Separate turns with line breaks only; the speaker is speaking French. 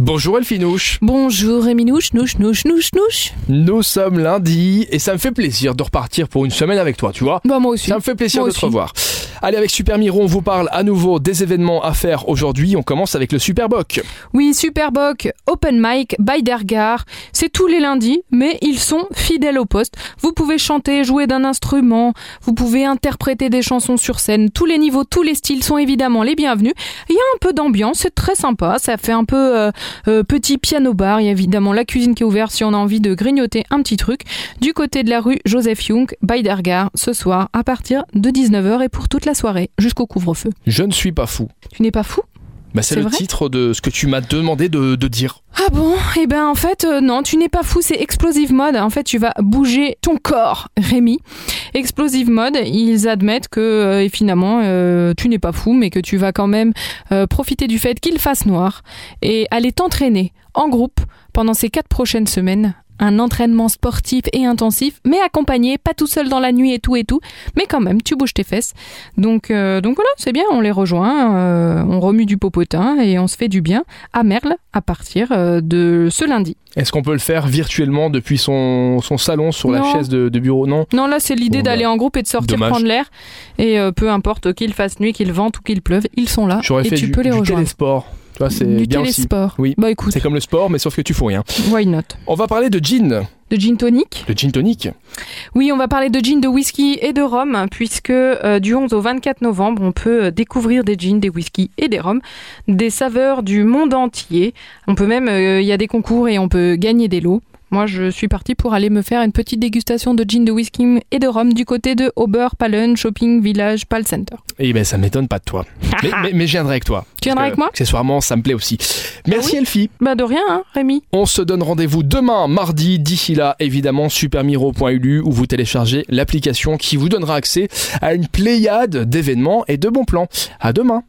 Bonjour Elfinouche,
Bonjour Réminouche, nouche, nouche, nouche, nouche.
nous sommes lundi et ça me fait plaisir de repartir pour une semaine avec toi, tu vois.
Bah moi aussi.
Ça me fait plaisir
Moi
de te
aussi.
revoir. Allez, avec Super Miro, on vous parle à nouveau des événements à faire aujourd'hui. On commence avec le Superboc.
Oui, Superboc, Open Mic, by Dergar. C'est tous les lundis, mais ils sont fidèles au poste. Vous pouvez chanter, jouer d'un instrument, vous pouvez interpréter des chansons sur scène. Tous les niveaux, tous les styles sont évidemment les bienvenus. Il y a un peu d'ambiance, c'est très sympa. Ça fait un peu euh, euh, petit piano bar. Il y a évidemment la cuisine qui est ouverte si on a envie de grignoter un petit truc. Du côté de la rue Joseph Young, by Dergar, ce soir à partir de 19h et pour toute la soirée jusqu'au couvre-feu.
Je ne suis pas fou.
Tu n'es pas fou
Bah, c'est
C'est
le
vrai
titre de ce que tu m'as demandé de, de dire.
Ah bon Eh ben en fait, euh, non, tu n'es pas fou, c'est Explosive Mode. En fait, tu vas bouger ton corps, Rémi. Explosive Mode, ils admettent que euh, et finalement, euh, tu n'es pas fou, mais que tu vas quand même euh, profiter du fait qu'il fasse noir et aller t'entraîner en groupe pendant ces quatre prochaines semaines. Un entraînement sportif et intensif, mais accompagné, pas tout seul dans la nuit et tout et tout, mais quand même, tu bouges tes fesses. Donc, euh, donc voilà, c'est bien, on les rejoint, euh, on remue du popotin et on se fait du bien à Merle à partir euh, de ce lundi.
Est-ce qu'on peut le faire virtuellement depuis son, son salon sur la
Non.
chaise de, de bureau Non
Non, là, c'est l'idée
Bon, bah,
d'aller en groupe et de sortir
dommage.
prendre l'air. Et euh, peu importe qu'il fasse nuit, qu'il vente ou qu'il pleuve, ils sont là
J'aurais
et
fait
tu
du,
peux les
du
rejoindre.
télésport. Tu vois, c'est
du
bien aussi.
télésport.
Oui.
Bah écoute,
C'est comme le sport, mais sauf que tu fous rien.
why not
On va parler de gin,
De gin tonic
de gin tonic.
Oui, on va parler de gin, de whisky et de rhum, hein, puisque euh, du 11 au 24 novembre, on peut euh, découvrir des gins, des whiskies et des rhums, des saveurs du monde entier. On peut même, euh, il y a des concours et on peut gagner des lots. Moi, je suis partie pour aller me faire une petite dégustation de gin, de whisky et de rhum du côté de Oberpallen Shopping Village Pal Center.
Eh ben, ça m'étonne pas de toi. mais, mais- mais je viendrai avec toi.
Tu viendras
Parce que,
avec moi
Accessoirement, ça me plaît aussi. Merci
Ah oui
Elfie.
Bah de rien, hein, Rémi.
On se donne rendez-vous demain, mardi. D'ici là, évidemment, supermiro.ulu où vous téléchargez l'application qui vous donnera accès à une pléiade d'événements et de bons plans. À demain.